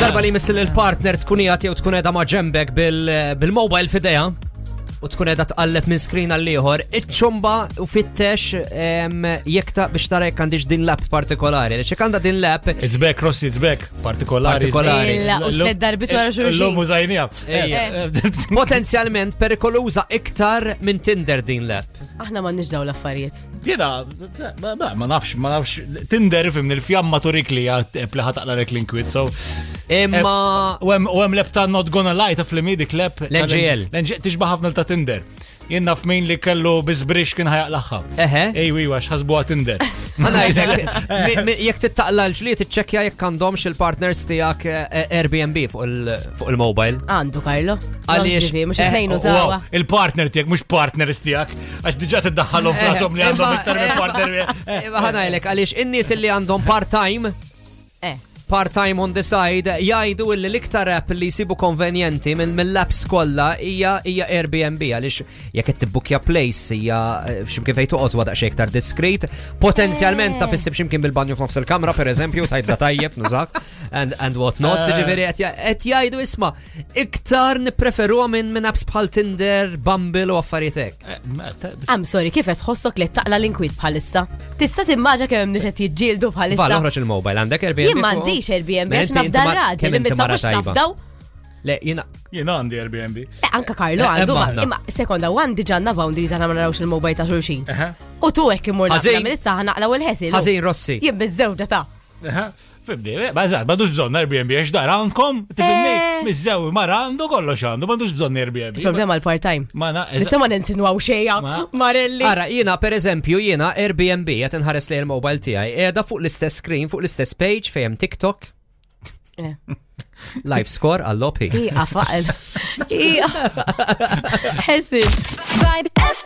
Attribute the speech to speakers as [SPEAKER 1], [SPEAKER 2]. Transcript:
[SPEAKER 1] darba li missil il-partner tkun jgħat jew tkun edha ma' ġembek bil-mobile fideja u tkun edha tqalleb minn screen għall-ieħor, iċċomba u fittex jekk ta' biex tara jekk għandix din lab partikolari. Li għandha din lab
[SPEAKER 2] It's back, Rossi, it's back. Partikolari.
[SPEAKER 1] Partikolari.
[SPEAKER 3] Illa, u tlet darbit wara xulxin.
[SPEAKER 2] L-lomu zaħinija. Eh,
[SPEAKER 1] Ejja. potenzjalment perikoluża iktar minn Tinder din lab.
[SPEAKER 3] Aħna ma nġdaw l-affarijiet.
[SPEAKER 2] Jena, ma- ma ma nafx, ma nafx. Tinder fim il-fjamma turik li għat pleħa taqla rek l-inkwit. So,
[SPEAKER 1] Imma
[SPEAKER 2] u hemm- u hemm leb ta' Not Gonna Lie ta' flimi dik leb. ta'
[SPEAKER 1] L-NGL.
[SPEAKER 2] L-NGL tixba ħafna ta' Tinder. Jien naf min li kellu bizbrix kien ħajaqlaħħa.
[SPEAKER 1] Eħe.
[SPEAKER 2] Ej, wiwa, xħasbu għat Tinder.
[SPEAKER 1] Għanajdek, jek tittaqla l-ġliet, iċċekja jek għandhomx il-partners tijak eh, Airbnb fuq il- fuq il-mobile.
[SPEAKER 3] Għandu, Karlo.
[SPEAKER 1] Għaliex-
[SPEAKER 3] Għaliex. Mux
[SPEAKER 1] eh,
[SPEAKER 3] jtnejnu
[SPEAKER 2] Wow,
[SPEAKER 3] zawa.
[SPEAKER 2] il-partner tijak, mux partner tijak. Għax diġa t-daħħalom frasom li għandhom
[SPEAKER 1] Imma-
[SPEAKER 2] iktar minn
[SPEAKER 1] imma-
[SPEAKER 2] partner.
[SPEAKER 1] Imma ħanajdek, għaliex in-nies illi għandhom part-time,
[SPEAKER 3] Eh,
[SPEAKER 1] part-time on the side, jajdu illi l-iktar app li jisibu konvenjenti minn mill-apps kollha hija hija Airbnb għaliex jekk qed tibbukja place hija eh, x'imkien fejn toqgħod wadaq xejn iktar diskret, potenzjalment ta' fissib x'imkien bil-banju f'nofs il-kamra pereżempju tajt da tajjeb nużak and and what not,
[SPEAKER 3] Eh.
[SPEAKER 1] ġifieri qed ja- qed jgħidu isma' iktar nippreferuha minn minn apps bħal Tinder, Bumble u affarijiet hekk.
[SPEAKER 2] Eh,
[SPEAKER 3] I'm sorry, kif qed tħossok li taqla l-inkwit bħalissa? Tista' timmaġa kemm hemm niset jiġġieldu
[SPEAKER 1] Val
[SPEAKER 3] bħalissa.
[SPEAKER 1] oħroġ il-mobile għandek Airbnb.
[SPEAKER 3] Jien
[SPEAKER 1] fuq?
[SPEAKER 3] m'għandix Airbnb
[SPEAKER 1] Ma
[SPEAKER 3] għax
[SPEAKER 1] oh. inti- inti
[SPEAKER 3] nafda
[SPEAKER 1] mar-
[SPEAKER 3] raġel,
[SPEAKER 1] kemm inti
[SPEAKER 3] imma
[SPEAKER 1] mara
[SPEAKER 3] mux
[SPEAKER 1] tajba?
[SPEAKER 3] nafdaw.
[SPEAKER 1] Le, jiena
[SPEAKER 2] Jena għandi Airbnb.
[SPEAKER 3] Eh, Anka Karlo
[SPEAKER 1] Eh, emma
[SPEAKER 3] għandu ma-
[SPEAKER 1] aħna.
[SPEAKER 3] imma sekonda għan diġa għanna boundaries għana ma narawx il-mobile ta' xulxin. U tu hekk immur
[SPEAKER 1] Ħażin.
[SPEAKER 3] naqla mill-issa ħanaqlaw il-ħesil.
[SPEAKER 1] ħażin Rossi.
[SPEAKER 3] Jien biż-żewġa ta'
[SPEAKER 2] Fibni, eh, ma zaħt, mandux bżon Airbnb, għax dar għandkom,
[SPEAKER 3] Eh.
[SPEAKER 2] tifimni, mizzew, mara għandu kollox għandu, mandux bżon Airbnb.
[SPEAKER 3] problema l-part-time.
[SPEAKER 2] Ma na,
[SPEAKER 3] Nista' ma ninsinwaw xejja,
[SPEAKER 2] Ma-
[SPEAKER 3] Marelli.
[SPEAKER 1] Ara, jina per eżempju, jina Airbnb qed inħares li l-mobile tiegħi qiegħda fuq l-istess screen, fuq l-istess page fejn TikTok,
[SPEAKER 3] Eh,
[SPEAKER 1] live score għall-lopi.
[SPEAKER 3] Iqa faqel. Iqa. Ħesil.
[SPEAKER 4] Vibe